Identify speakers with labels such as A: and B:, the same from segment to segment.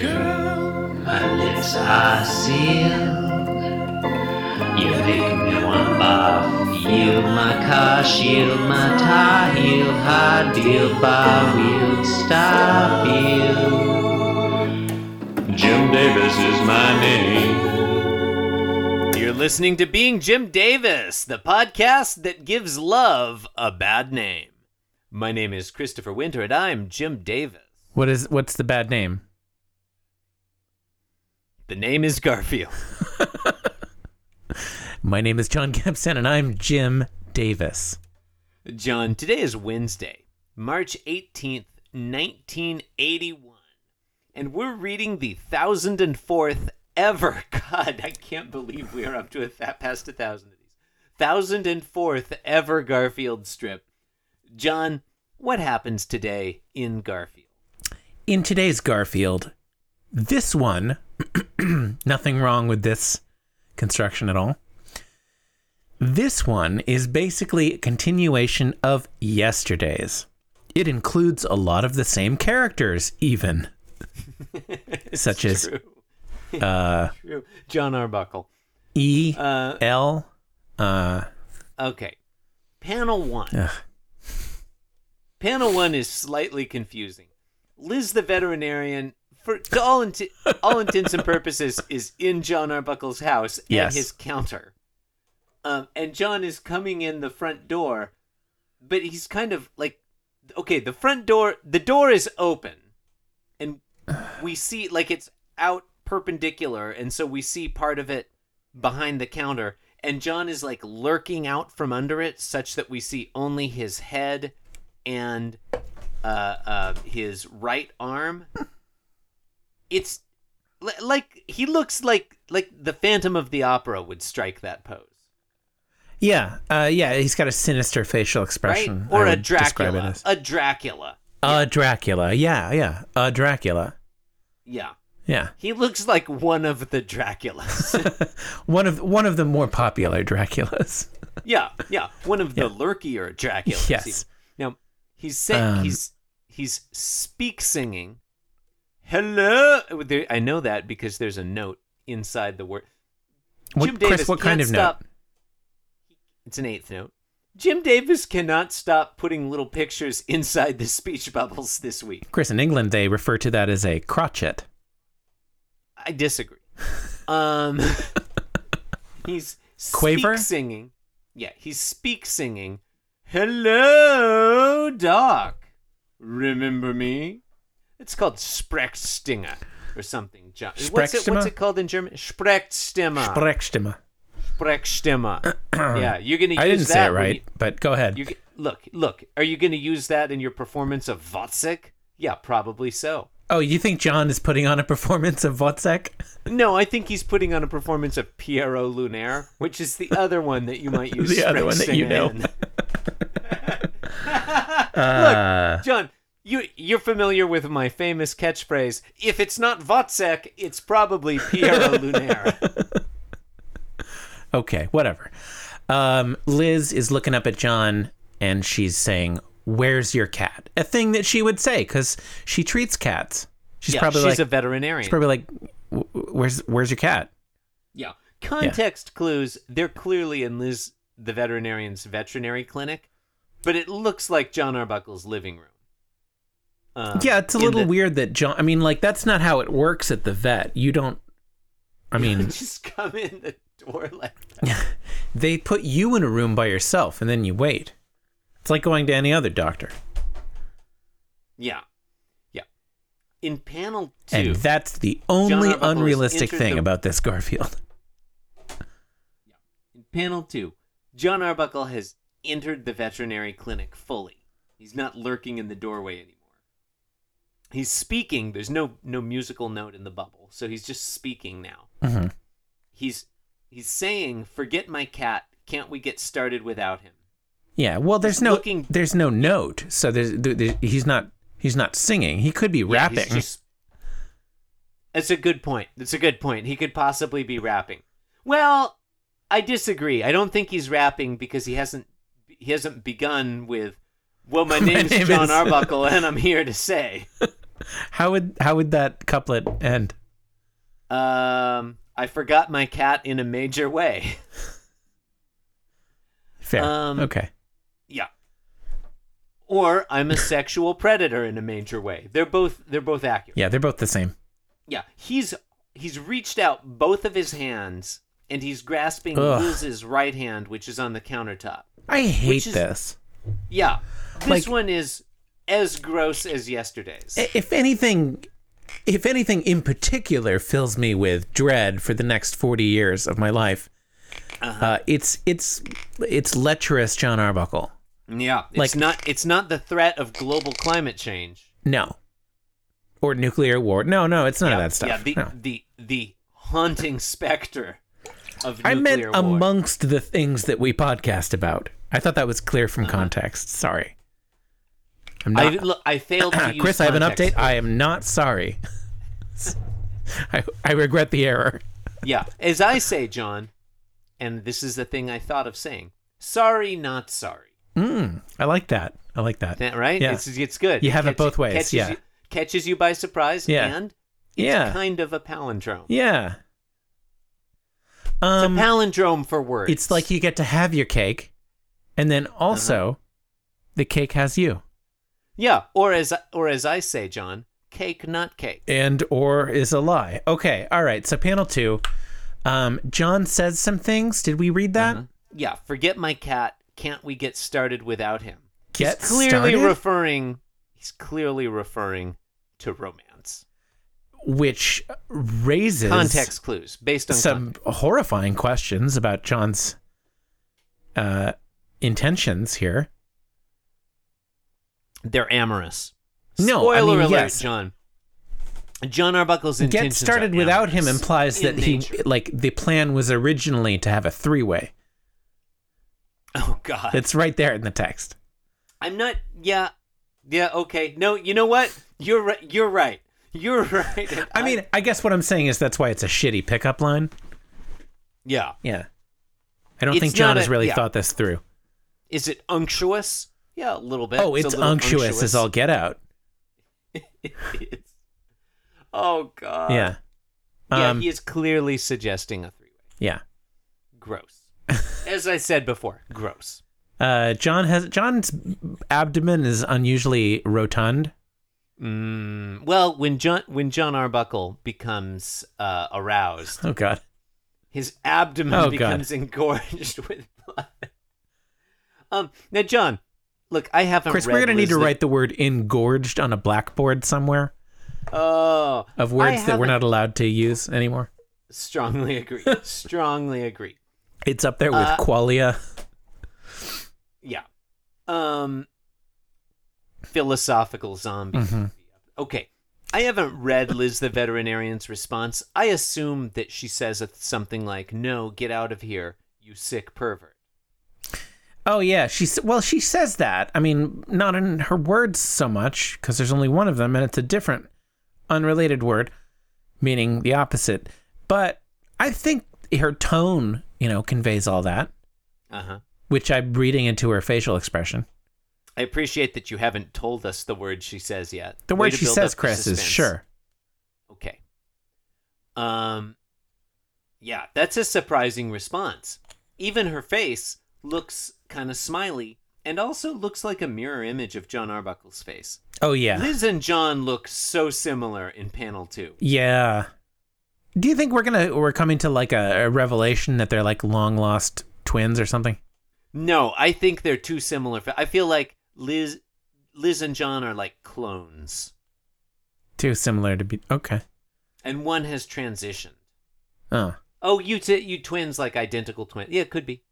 A: Girl, my lips are sealed. You make me want bath. Yield my car, shield my tie, heel, high deal, bar wheel, stop heel. Jim Davis is my name.
B: You're listening to Being Jim Davis, the podcast that gives love a bad name. My name is Christopher Winter, and I'm Jim Davis.
C: What is what's the bad name?
B: The name is Garfield.
C: My name is John Kempson and I'm Jim Davis.
B: John, today is Wednesday, March 18th, 1981, and we're reading the 1004th ever. God, I can't believe we are up to a that past a thousand of these. 1004th ever Garfield strip. John, what happens today in Garfield?
C: In today's Garfield, this one, nothing wrong with this construction at all. This one is basically a continuation of yesterday's. It includes a lot of the same characters, even. Such
B: It's
C: as
B: true.
C: uh,
B: True. John Arbuckle.
C: E,
B: Uh,
C: L, uh,
B: okay. Panel one.
C: ugh.
B: Panel one is slightly confusing. Liz the veterinarian, for to all, int- all intents and purposes, is in John Arbuckle's house
C: Yes.
B: at his counter. Um, and John is coming in the front door, but he's kind of like, okay, the front door, the door is open, and we see like it's out perpendicular, and so we see part of it behind the counter, and John is like lurking out from under it, such that we see only his head and uh, uh, his right arm. It's li- like he looks like like the Phantom of the Opera would strike that pose,
C: yeah, uh, yeah. He's got a sinister facial
B: right?
C: expression,
B: Or
C: I
B: a
C: would describe it
B: Dracula,
C: as.
B: a Dracula.
C: a Dracula. Yeah, yeah, a Dracula.
B: Yeah,
C: Yeah,
B: he looks like one of the Draculas.
C: one of one of the more popular Draculas.
B: yeah, yeah, one of the lurkier Draculas.
C: Yes.
B: even. Now he's saying
C: Um,
B: he's he's speak singing. Hello, there, I know that because there's a note inside the word.
C: What,
B: Jim Davis
C: Chris, what kind
B: can't
C: of
B: stop.
C: note?
B: It's an eighth note. Jim Davis cannot stop putting little pictures inside the speech bubbles this week.
C: Chris, in England, they refer to that as a crotchet.
B: I disagree. Um, he's
C: Quaver?
B: speak singing. Yeah, he's speak singing. Hello, Doc. Remember me? It's called Sprechstimme or something. John. What's it,
C: Sprechstimme?
B: what's it called in German? Sprechstimme.
C: Sprechstimme.
B: Sprechstimme. Ah. yeah, you're gonna. Use
C: Uh-uh. I didn't
B: that
C: say it
B: when
C: right,
B: you-
C: but go ahead.
B: You g- look, look. Are you going to use that in your performance of Votsik? Yeah, probably so.
C: oh, you think John is putting on a performance of Wozzeck?
B: No, I think he's putting on a performance of Piero Lunaire, which is the other one that you might use.
C: The other one that you
B: Springsteen
C: know.
B: in.
C: Uh,
B: John, you you're familiar with my famous catchphrase: "If it's not Votsek, it's probably Piero Lunaire."
C: okay, whatever. Um, Liz is looking up at John and she's saying, Where's your cat? A thing that she would say because she treats cats. She's
B: yeah,
C: probably
B: she's
C: like,
B: a veterinarian.
C: she's probably like, "W- w- Where's where's your cat?
B: yeah. Context clues: They're clearly in Liz, the veterinarian's veterinary clinic, but it looks like John Arbuckle's living room. Um,
C: yeah, it's a
B: in
C: little
B: the-
C: weird that John. I mean, like that's not how it works at the vet. You don't. I mean,
B: just come in the door like
C: they put you in a room by yourself and then you wait. It's like going to any other doctor.
B: yeah yeah in panel two
C: And that's the only
B: Arbuckle is
C: unrealistic
B: entered
C: thing
B: the-
C: about this Garfield.
B: in panel two john arbuckle has entered the veterinary clinic fully he's not lurking in the doorway anymore he's speaking there's no no musical note in the bubble so he's just speaking now
C: Mhm.
B: he's he's saying forget my cat can't we get started without him
C: Yeah. Well, there's
B: He's
C: no
B: looking-
C: there's no note, so there's there, there- he's not he's not singing. He could be
B: Yeah, he's
C: rapping.
B: just- That's a good point. That's a good point. He could possibly be rapping. Well, I disagree. I don't think he's rapping because he hasn't he hasn't begun with well my name's
C: name
B: John
C: is-
B: Arbuckle and I'm here to say.
C: How would how would that couplet end?
B: Um, I forgot my cat in a major way.
C: Fair.
B: Um,
C: okay.
B: yeah. Or I'm a sexual predator in a major way. They're both they're both accurate.
C: Yeah, they're both the same.
B: Yeah. He's he's reached out both of his hands and he's grasping
C: Ugh.
B: Liz's right hand, which is on the countertop.
C: I hate
B: is-
C: this.
B: Yeah. This
C: Like-
B: one is as gross as yesterday's.
C: I- If anything, if anything in particular fills me with dread for the next forty years of my life,
B: Uh-huh.
C: uh, it's it's it's lecherous, John Arbuckle.
B: yeah. It's
C: like-
B: not it's not the threat of global climate change.
C: No, or nuclear war. No, no, it's none
B: yeah,
C: of that stuff.
B: Yeah, the
C: No.
B: the the haunting specter of nuclear
C: I meant
B: war.
C: amongst the things that we podcast about. I thought that was clear from context. Sorry. I'm
B: Uh-huh. I,
C: not.
B: look, I failed to use
C: Chris, I have an
B: context.
C: update. I am not sorry. I, I regret the error.
B: Yeah, as I say, John, and this is the thing I thought of saying. Sorry, not sorry.
C: Mm, I like that. I like that.
B: That- right?
C: Yeah.
B: It's it's good.
C: You have it both ways,
B: Catches
C: yeah.
B: You, catches you by surprise.
C: Yeah.
B: And it's
C: yeah.
B: kind of a palindrome.
C: yeah.
B: It's
C: Um,
B: a palindrome for words.
C: it's like you get to have your cake, and then
B: Uh-huh.
C: also, the cake has you,
B: Yeah, or as or as I say, John, cake not cake.
C: and or is a lie. Okay. All right. So panel two, um, John says some things. Did we read that?
B: Mm-hmm. Yeah, forget my cat. Can't we get started without him?
C: Get
B: he's clearly
C: started?
B: referring. He's clearly referring to romance.
C: which raises
B: Context clues based on
C: some
B: context.
C: horrifying questions about John's uh, intentions here.
B: They're amorous.
C: No, I
B: spoiler
C: mean,
B: alert,
C: yes.
B: John. John Arbuckle's
C: Get
B: intentions.
C: started
B: are
C: without him
B: amorous
C: implies
B: in
C: that he
B: nature.
C: like the plan was originally to have a three-way.
B: Oh God,
C: It's right there in the text.
B: I'm not. Yeah, yeah. Okay. No, you know what? You're right. You're right. You're right. And
C: I mean, I guess what I'm saying is that's why it's a shitty pickup line.
B: yeah.
C: Yeah. I don't
B: It's
C: think John
B: not
C: has
B: a-
C: really
B: yeah.
C: thought this through.
B: Is it unctuous? Yeah, a little bit.
C: Oh,
B: a
C: it's
B: little
C: unctuous, as all get out.
B: It's- oh God.
C: yeah.
B: yeah.
C: Um,
B: He is clearly suggesting a three-way.
C: yeah.
B: Gross. As I said before, gross.
C: Uh, John has John's abdomen is unusually rotund.
B: Mm, well, when John when John Arbuckle becomes uh, aroused,
C: Oh God.
B: his abdomen
C: Oh, God.
B: becomes engorged with blood. Um. Now, John, look, I haven't.
C: Chris,
B: read
C: we're gonna need
B: Liz
C: to
B: the-
C: write the word engorged on a blackboard somewhere
B: Oh,
C: of
B: I
C: words that we're
B: haven't-
C: not allowed to use anymore.
B: Strongly agree. Strongly agree.
C: It's up there with
B: Uh,
C: qualia.
B: Yeah. Um philosophical zombie.
C: Mhm.
B: Okay. I haven't read Liz the veterinarian's response. I assume that she says a- something like, "No, get out of here, you sick pervert."
C: Oh yeah, she s- well she says that. I mean, not in her words so much because there's only one of them, and it's a different, unrelated word, meaning the opposite. But I think her tone, you know, conveys all that,
B: Uh-huh.
C: which I'm reading into her facial expression.
B: I appreciate that you haven't told us the word she says yet.
C: The
B: Way
C: word
B: to
C: she
B: build
C: says,
B: up the
C: Chris, is
B: suspense.
C: sure.
B: Okay. Um yeah, that's a surprising response. Even her face looks kind of smiley and also looks like a mirror image of John Arbuckle's face.
C: Oh yeah,
B: Liz and John look so similar in panel 2.
C: yeah. Do you think we're gonna we're coming to like a, a revelation that they're like long lost twins or something?
B: No, I think they're too similar. I feel like Liz Liz and John are like clones
C: Too similar to be okay.
B: and one has transitioned.
C: Oh,
B: Oh, you t- you twins like identical twins. Yeah, it could be.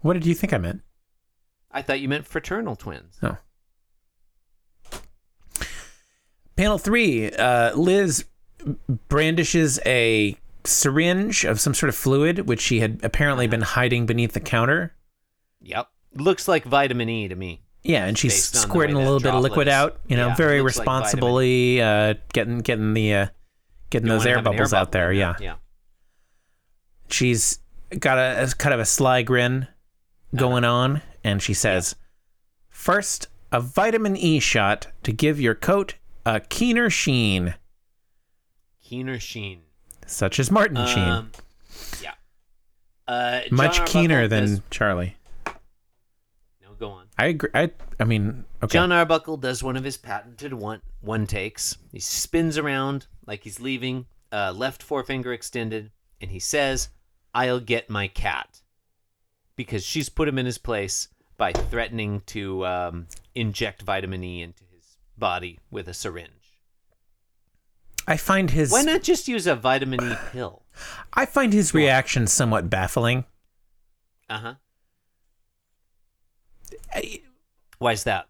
C: what did you think I meant?
B: I thought you meant fraternal twins.
C: Oh. Panel three, uh, Liz brandishes a syringe of some sort of fluid, which she had apparently been hiding beneath the counter.
B: Yep. Looks like vitamin E to me.
C: Yeah, and she's
B: Based on the
C: squirting a
B: way that
C: little bit of liquid
B: droplets-
C: out, you know,
B: yeah,
C: very
B: looks like
C: responsibly, uh, getting getting the uh, getting
B: You
C: those
B: wanna
C: air
B: have an
C: bubbles out
B: bubble.
C: there. Yeah,
B: Yeah.
C: she's got a, a kind of a sly grin
B: Uh-huh.
C: going on, and she says, First, a vitamin E shot to give your coat uh, keener sheen,
B: Keener Sheen.
C: such as Martin Sheen,
B: Um, yeah. Uh, John
C: much keener
B: Arbuckle
C: than
B: does- Charlie.
C: Charlie.
B: No, go on.
C: I agree. I I mean, okay,
B: John Arbuckle does one of his patented one one takes. He spins around like he's leaving, uh, left forefinger extended, and he says, "I'll get my cat," because she's put him in his place by threatening to um, inject vitamin E into his body with a syringe.
C: I find his
B: Why not just use a vitamin E pill?
C: I find his reaction somewhat baffling.
B: Uh huh.
C: I-
B: Why is that?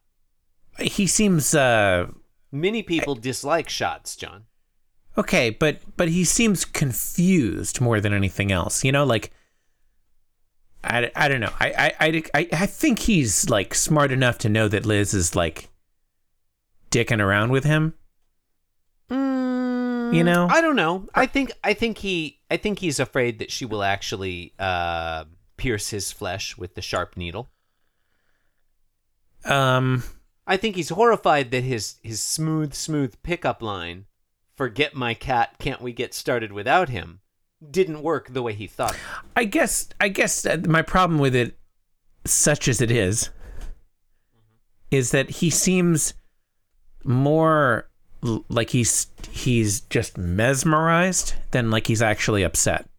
C: He seems uh
B: Many people dislike shots, John.
C: okay, but but he seems confused more than anything else. You know, like I, I don't know. I, I I I I think he's like smart enough to know that Liz is like dicking around with him.
B: you
C: know?
B: i don't know i think i think he i think he's afraid that she will actually uh pierce his flesh with the sharp needle
C: Um
B: i think he's horrified that his his smooth smooth pickup line forget my cat can't we get started without him didn't work the way he thought it.
C: I guess I guess uh, my problem with it, such as it is, is that he seems more l- like he's he's just mesmerized than like he's actually upset.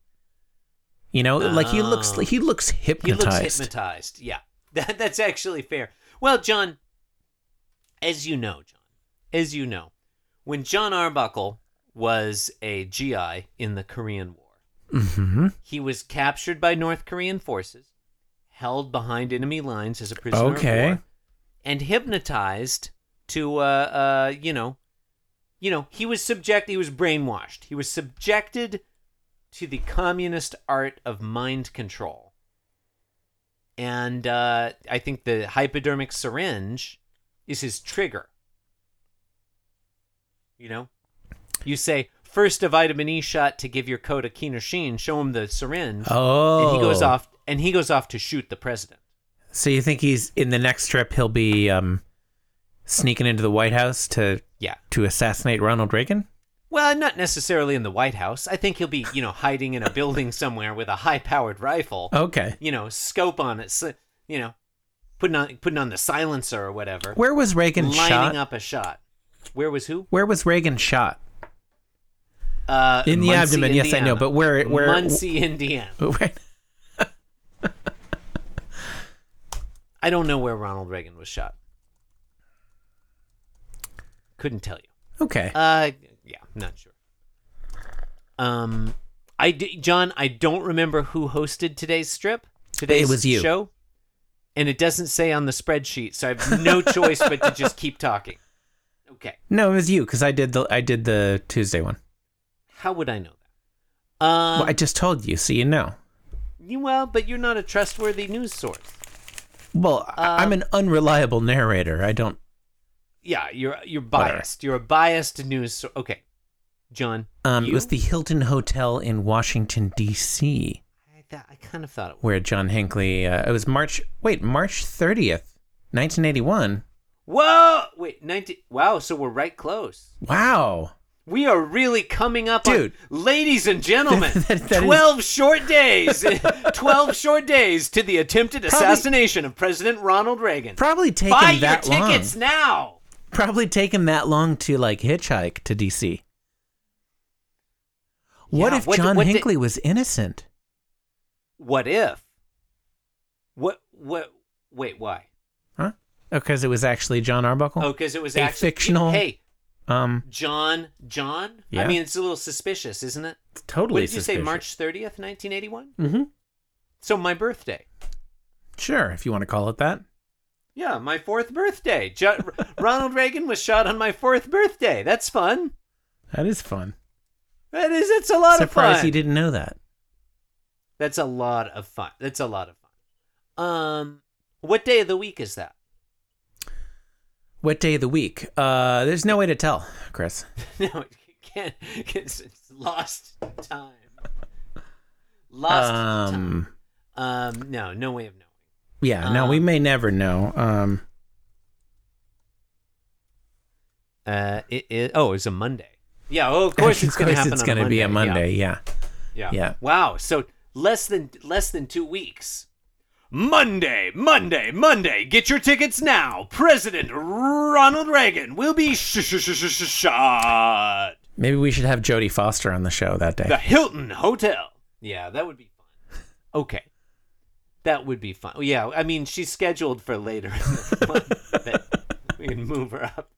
C: You know, like he looks
B: Oh.
C: he looks
B: he
C: hypnotized.
B: looks hypnotized yeah that, that's actually fair well john as you know john as you know when john arbuckle was a gi in the korean war
C: hmm
B: He was captured by North Korean forces, held behind enemy lines as a prisoner
C: Okay.
B: of war, and hypnotized to, uh, uh, you know, you know, he was subject. He was brainwashed. He was subjected to the communist art of mind control. And uh, I think the hypodermic syringe is his trigger. You know, you say first a vitamin E shot to give your coat a keener sheen. Show him the syringe,
C: Oh,
B: and he goes off. And he goes off to shoot the president.
C: So you think he's in the next trip? He'll be um, sneaking into the White House to
B: Yeah.
C: to assassinate Ronald Reagan.
B: Well, not necessarily in the White House. I think he'll be, you know, hiding in a building somewhere with a high-powered rifle.
C: Okay,
B: You know, scope on it. s- You know, putting on putting on the silencer or whatever.
C: where was Reagan
B: lining
C: shot?
B: up a shot. Where was who?
C: Where was Reagan shot?
B: Uh,
C: In the
B: Muncie,
C: abdomen, yes, I know,
B: Indiana.
C: but where- where-
B: Muncie, Indiana. I don't know where Ronald Reagan was shot. Couldn't tell you.
C: Okay.
B: Uh, yeah, not sure. Um, I d- John, I don't remember who hosted today's strip. Today's
C: was you.
B: show, and it doesn't say on the spreadsheet, so I have no choice but to just keep talking. Okay,
C: no, it was you because I did the I did the Tuesday one.
B: how would I know that? Um,
C: well, I just told you, so you know.
B: you- well, but you're not a trustworthy news source.
C: Well,
B: uh,
C: I I'm an unreliable narrator. I don't.
B: Yeah, you're you're
C: Whatever.
B: biased. You're a biased news. source. okay, John.
C: Um, it
B: you?
C: was the Hilton Hotel in Washington D.C.
B: I, th- I kind of thought it was.
C: where John Hinckley. Uh, it was March. Wait, March 30th, 1981.
B: Whoa! Wait, 19. Wow, so we're right close.
C: Wow.
B: We are really coming up
C: Dude.
B: on. Ladies and gentlemen,
C: That- that is-
B: 12 short days. 12 short days to the attempted
C: Probably-
B: assassination of President Ronald Reagan.
C: Probably taken
B: Buy your
C: that long.
B: tickets now.
C: Probably taken that long to like hitchhike to D.C. What
B: Yeah,
C: if
B: what d-
C: John
B: what did-
C: Hinckley was innocent?
B: What if? What? What? Wait, why?
C: Huh? Because Oh, it was actually John Arbuckle.
B: Oh, because it was
C: A
B: actually.
C: fictional-
B: Hey,
C: Um,
B: John. John? I
C: Yeah.
B: mean, it's a little suspicious, isn't it?
C: totally.
B: what did you say, March 30th, 1981?
C: Mm-hmm.
B: So my birthday.
C: Sure, if you want to call it that.
B: Yeah, my fourth birthday. Jo- Ronald Reagan was shot on my fourth birthday. That's fun.
C: That is fun.
B: That is. That's a lot
C: Surprised
B: of fun.
C: you didn't know that.
B: That's a lot of fun. That's a lot of fun. Um, what day of the week is that?
C: What day of the week? Uh, there's no way to tell, Chris.
B: no, it can't. It's, it's lost time. Lost
C: um,
B: time. Um, no, no way of knowing.
C: yeah, no, we
B: Um,
C: may never know. Um,
B: Uh, it, it, oh, it's a Monday. Yeah. Oh, of course it's going to happen.
C: It's
B: going to
C: be a Monday. Yeah.
B: Yeah.
C: Yeah.
B: Wow. So less than less than two weeks. Monday, Monday, Monday. Get your tickets now. President Ronald Reagan will be sh- sh- sh- sh- sh- shot.
C: Maybe we should have Jodie Foster on the show that day.
B: The Hilton Hotel. Yeah, that would be fun. Okay. That would be fun. Yeah, I mean, she's scheduled for later. in the month, but we can move her up.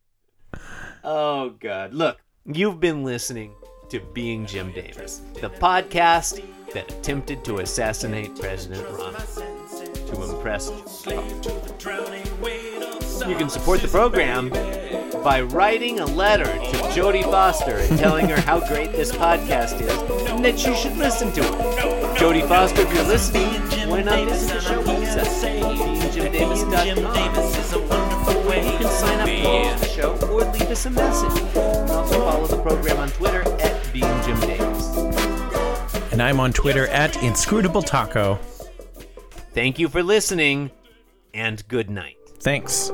B: Oh, God. Look, you've been listening to Being Jim Davis, the podcast that attempted to assassinate President Ronald to impress you can support the program by writing a letter to Jodie Foster and telling her how great this podcast is and that you should listen to it. Jodie Foster, if you're listening, why not visit the show website, BeingJimDavis.com. You can sign up for the show or leave us a message. You can also follow the program on Twitter at BeingJimDavis.
C: And I'm on Twitter at Inscrutable Taco.
B: Thank you for listening, and good night.
C: Thanks.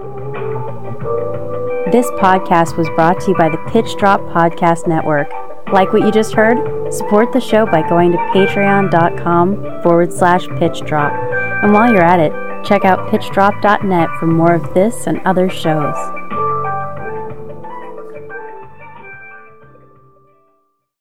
D: This podcast was brought to you by the Pitch Drop Podcast Network. Like what you just heard? Support the show by going to patreon.com forward slash pitch drop. And while you're at it, check out pitchdrop.net for more of this and other shows.